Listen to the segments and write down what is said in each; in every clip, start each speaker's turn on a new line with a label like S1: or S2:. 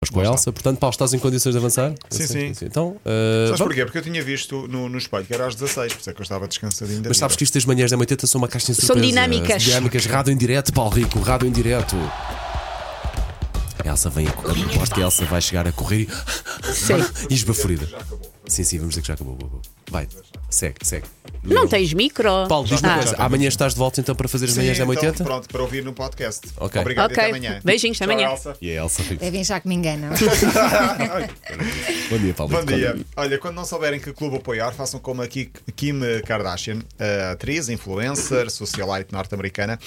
S1: Mas com a Elsa, portanto, Paulo, estás em condições de avançar?
S2: Sim,
S1: Eu sei,
S2: sim.
S1: Então, eh,
S2: Sabes
S1: vamos-
S2: porquê? Porque eu tinha visto no, no espelho que era às 16, por isso é que eu estava descansadinho da
S1: mas sabes que
S2: vida.
S1: isto das manhãs da 80 são uma caixa de surpresa.
S3: dinâmicas.
S1: Dinâmicas, rádio em direto, Paulo Rico, rádio em direto. A Elsa vem, a co- a aposta Elsa vai chegar a correr e,
S3: Sim.
S1: e esbaforida. Sim, sim, vamos dizer que já acabou. boa, boa. Vai, segue, segue.
S3: Não tens micro?
S1: Hum. Paulo, diz
S3: Ah,
S1: uma coisa,
S2: acabou.
S1: amanhã estás de volta então para fazer as
S2: Sim,
S1: manhãs da
S2: então,
S1: 80?
S2: Pronto, para ouvir no podcast.
S1: Ok.
S2: Obrigado e
S3: Ok.
S2: até amanhã.
S3: Beijinhos, até
S2: Tchau,
S3: amanhã.
S2: Elsa.
S1: E a Elsa fica.
S3: É.
S4: Devem já que me enganam.
S1: Bom dia, Paulo.
S2: Bom
S1: Rico.
S2: dia. Olha, quando não souberem que clube apoiar, façam como a Ki- Kim Kardashian, a atriz, influencer, socialite norte-americana.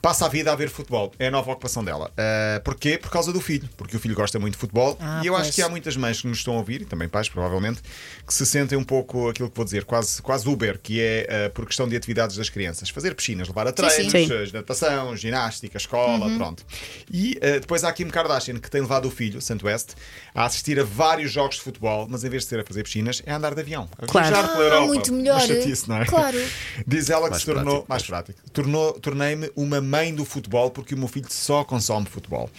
S2: Passa a vida a ver futebol. É a nova ocupação dela. Ah, porquê? Por causa do filho. Porque o filho gosta muito de futebol.
S4: Ah,
S2: e eu acho
S4: pois.
S2: que é há muitas mães que nos estão a ouvir, e também pais, provavelmente, que se sentem um pouco aquilo que vou dizer, quase, quase Uber, que é ah, por questão de atividades das crianças. Fazer piscinas, levar a treinos,
S3: sim. Sim.
S2: de natação, ginástica, escola, pronto. E eh, depois há a Kim Kardashian, que tem levado o filho, Santo West, a assistir a vários jogos de futebol, mas em vez de ser a fazer piscinas, é a andar de avião. A
S3: Claro.
S2: Viajar pela
S4: Ah,
S2: Europa.
S4: muito melhor.
S2: Uma chatice, não é?
S4: Claro.
S2: Diz ela que
S1: Mais
S2: se tornou
S1: prático.
S2: mais prático. Tornou- Tornei-me uma mãe do futebol porque o meu filho só consome futebol.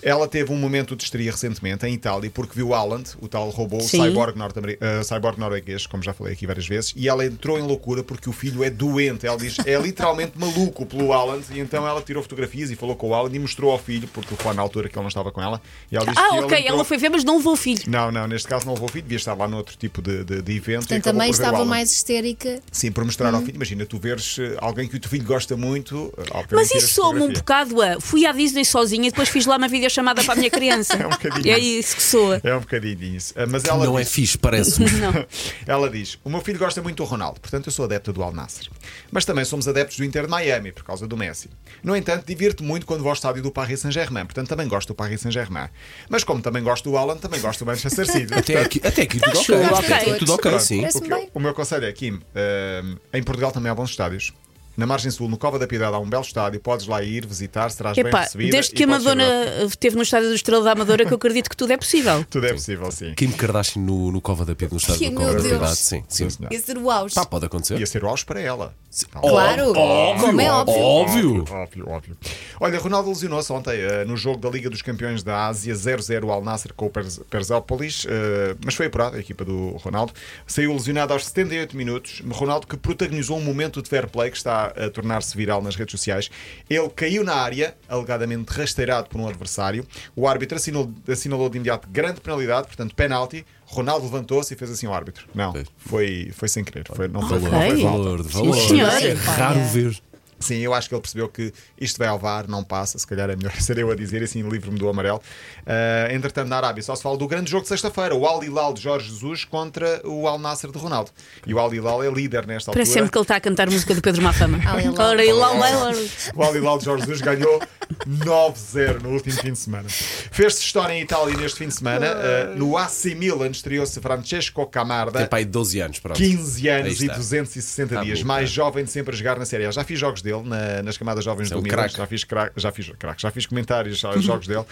S2: Ela teve um momento de histeria recentemente em Itália porque viu Aland, o tal robô, o
S3: Sim.
S2: cyborg, norte-ameri- eh, cyborg norueguês, como já falei aqui várias vezes, e ela entrou em loucura porque o filho é doente. Ela diz é literalmente maluco pelo Aland, e então ela tirou fotografias e falou com o Aland e mostrou ao filho, porque o telefone na altura que ele não estava com ela. E ela diz
S3: Ah,
S2: que ele
S3: ok,
S2: entrou-
S3: ela foi ver, mas não levou o filho.
S2: Não, não, neste caso não levou o filho, devia estar lá noutro tipo de, de, de evento. e
S4: Portanto,
S2: acabou
S4: também
S2: por ver o
S4: estava
S2: Alan.
S4: mais histérica.
S2: Sim, por mostrar
S3: Hum.
S2: ao filho. Imagina, tu veres eh, alguém que o teu filho gosta muito. eh, obviamente
S3: Mas
S2: tiras
S3: isso soube um
S2: fotografia.
S3: bocado a. Fui à Disney sozinha e depois fiz lá uma videochamada para a minha criança.
S2: É um bocadinho.
S3: é isso que soa.
S2: É um bocadinho isso. Eh, Mas ela
S1: Não é
S2: diz,
S1: fixe, parece-me.
S2: Ela diz: O meu filho gosta muito do Ronaldo, portanto eu sou adepto do Al Nassr. Mas também somos adeptos do Inter de Miami, por causa do Messi. No entanto, divirto muito quando vou ao estádio do Paris Saint-Germain, portanto também gosto do Paris Saint-Germain. Mas como também gosto do Alan, também gosto do Manchester City.
S1: Até aqui, até aqui tudo ok.
S3: Acho
S1: Até aqui
S3: ok.
S1: tudo ok, sim.
S4: Parece-
S2: O, que
S4: bem.
S2: eu- o meu conselho é, Kim, ehm, em Portugal também há bons estádios. Na Margem Sul, no Cova da Piedade, há um belo estádio, podes lá ir, visitar, serás bem
S3: Epá,
S2: recebida.
S3: desde
S2: e
S3: que a
S2: podes
S3: Madonna
S2: saber.
S3: esteve no estádio do Estrela da Amadora, que eu acredito que tudo é possível.
S2: Tudo é possível, sim.
S1: Kim Kardashian no, no Cova da Pedro, no estádio
S4: Que
S1: do Cova da
S4: meu Deus.
S1: Piedade. Sim, sim.
S2: Sim, senhor.
S4: Esse do auge.
S1: Pá, pode acontecer.
S2: Ia ser auge para ela.
S4: Claro. Como é óbvio.
S1: Óbvio.
S2: Óbvio, óbvio. Olha, Ronaldo lesionou-se ontem eh, no jogo da Liga dos Campeões da Ásia 0-0 Al Nasser com o Pers- Persópolis, eh, mas foi apurado a equipa do Ronaldo. Saiu lesionado aos 78 minutos. Ronaldo que protagonizou um momento de fair play que está a tornar-se viral nas redes sociais. Ele caiu na área, alegadamente rasteirado por um adversário. O árbitro assinalou, assinalou de imediato grande penalidade, portanto, penalti. Ronaldo levantou-se e fez assim ao árbitro. Não,
S1: Pois.
S2: foi, foi sem querer. Foi, não,
S1: Valor,
S2: foi, não foi
S3: Ok.
S2: falta.
S1: valor, valor.
S3: senhor.
S1: É Raro ver.
S2: Sim, eu acho que ele percebeu que isto vai ao VAR, não passa. Se calhar é melhor ser eu a dizer, assim livro-me do amarelo. Ah, entretanto, na Arábia só se fala do grande jogo de sexta-feira, o Al Hilal de Jorge Jesus contra o Al Nasser de Ronaldo. E o Al Hilal é líder nesta
S3: Parece
S2: altura.
S3: sempre que ele está a cantar música do Pedro Mafama.
S4: Ah, ele lá.
S3: Ora, e lá, lá, lá.
S2: O Al Hilal de Jorge Jesus ganhou 9-0 no último fim de semana. Fez-se história em Itália neste fim de semana. Ah, no AC Milan estreou-se Francesco Camarda.
S1: Tem pai de 12 anos, pronto.
S2: 15
S1: Aí
S2: anos e
S1: está.
S2: 260
S1: Tá
S2: dias.
S1: bom,
S2: mais
S1: tá.
S2: jovem de sempre a jogar na Série A. Já fiz jogos dele na- nas camadas jovens
S1: Isso é
S2: do
S1: um
S2: Milan.
S1: craque.
S2: Já fiz craque, já fiz craque, já fiz comentários aos jogos dele.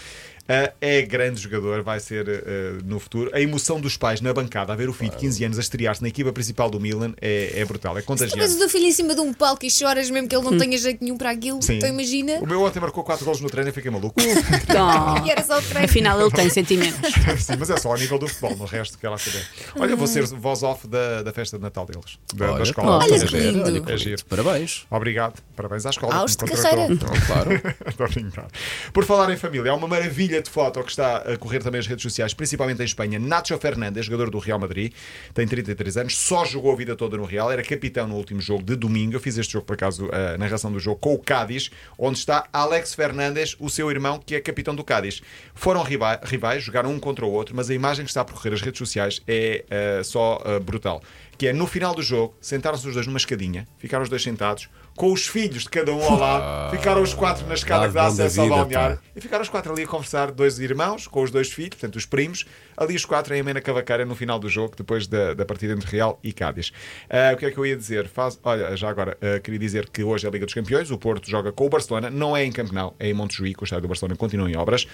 S2: Ah, é grande jogador, vai ser ah, no futuro. A emoção dos pais na bancada a ver o filho de 15 anos a estrear-se na equipa principal do Milan é, é brutal, é
S4: Mas o
S2: contagiante.
S4: teu filho em cima de um palco e choras mesmo que ele não tenha jeito nenhum para aquilo.
S2: Sim.
S4: Então imagina.
S2: O meu ontem marcou 4 gols no treino e fiquei maluco.
S3: Dó.
S4: E era só o treino.
S3: Afinal, ele tem sentimentos.
S2: Sim, mas é só ao nível do futebol, no resto que ela saber. Olha,
S4: Ah.
S2: vou ser voz off da, da festa de Natal deles, da, da
S1: Olha,
S2: escola.
S1: pronto,
S4: Olha
S1: estás a
S4: que
S1: ver?
S4: lindo.
S1: Olha que
S2: É
S1: bonito.
S2: giro.
S1: Parabéns.
S2: Obrigado, parabéns à escola.
S4: Aos
S2: que
S4: de
S2: me contratou.
S4: carreira.
S1: Não, claro.
S2: Estou a brincar. Por falar em família, há uma maravilha de foto que está a correr também nas redes sociais, principalmente em Espanha. Nacho Fernandes, jogador do Real Madrid, tem 33 anos, só jogou a vida toda no Real, era capitão no último jogo de domingo. Eu fiz este jogo, por acaso, a narração do jogo com o Cádiz, onde está Alex Fernandes, o seu irmão, que é capitão do Cádiz. Foram riva- rivais, jogaram um contra o outro, mas a imagem que está a percorrer as redes sociais é eh, só eh, brutal. Que é no final do jogo, sentaram-se os dois numa escadinha, ficaram os dois sentados, com os filhos de cada um ao lado, ficaram os quatro na escada escada
S1: Lado bom
S2: que dá
S1: da
S2: acesso ao
S1: Ah, vida,
S2: balneário.
S1: pá.
S2: E ficaram os quatro ali a conversar, dois irmãos, com os dois filhos, portanto, os primos, ali os quatro em amena cavaqueira no final do jogo, depois da, da partida entre Real e Cádiz. Ah, o que é que eu ia dizer? Faz, olha, já agora, ah, queria dizer que hoje é a Liga dos Campeões, o Porto joga com o Barcelona, não é em Campeonato, é em Montjuí, que o estádio do Barcelona continua em obras.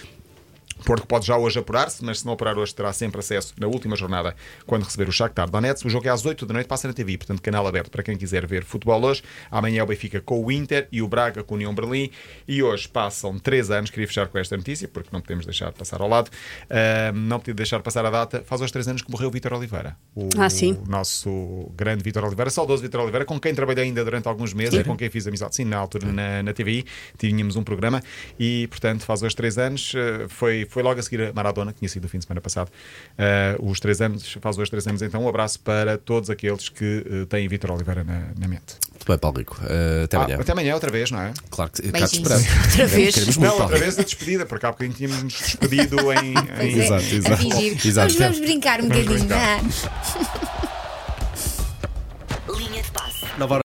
S2: O Porto pode já hoje apurar-se, mas se não apurar hoje terá sempre acesso na última jornada quando receber o Shakhtar Donetsk. O jogo é às 8 da noite, passa na TV, portanto canal aberto para quem quiser ver futebol hoje. Amanhã é o Benfica com o Inter e o Braga com o União Berlim. E hoje passam 3 anos, queria fechar com esta notícia porque não podemos deixar passar ao lado, Ahm, não podia deixar passar a data. Faz hoje 3 anos que morreu o Vítor Oliveira, o
S3: Ah, sim.
S2: nosso grande Vítor Oliveira, saudoso Vítor Oliveira, com quem trabalhei ainda durante alguns meses, é com quem fiz amizade, sim, na altura na, na TVI, tínhamos um programa e, portanto, faz hoje três anos, eh, foi, foi logo a seguir a Maradona, que tinha sido o fim de semana passado, eh, os três anos, faz hoje três anos, então um abraço para todos aqueles que eh, têm Vítor Oliveira na, na mente.
S1: Muito bem, Paulo Rico. Eh, até
S2: Ah,
S1: amanhã.
S2: até amanhã outra vez, não é?
S1: Claro que cá
S4: Beijinhos.
S1: te esperamos.
S3: Outra vez.
S1: Queremos muito,
S2: Não,
S1: Paulo
S2: outra
S1: Rico.
S2: vez a despedida, porque há bocadinho tínhamos nos despedido em. em-
S4: É,
S1: Exato,
S4: A
S1: exato.
S4: fingir.
S1: Exato.
S4: Mas vamos brincar um
S2: Vamos
S4: bocadinho.
S2: brincar.
S4: ah.
S5: Linha de passe.
S1: Nova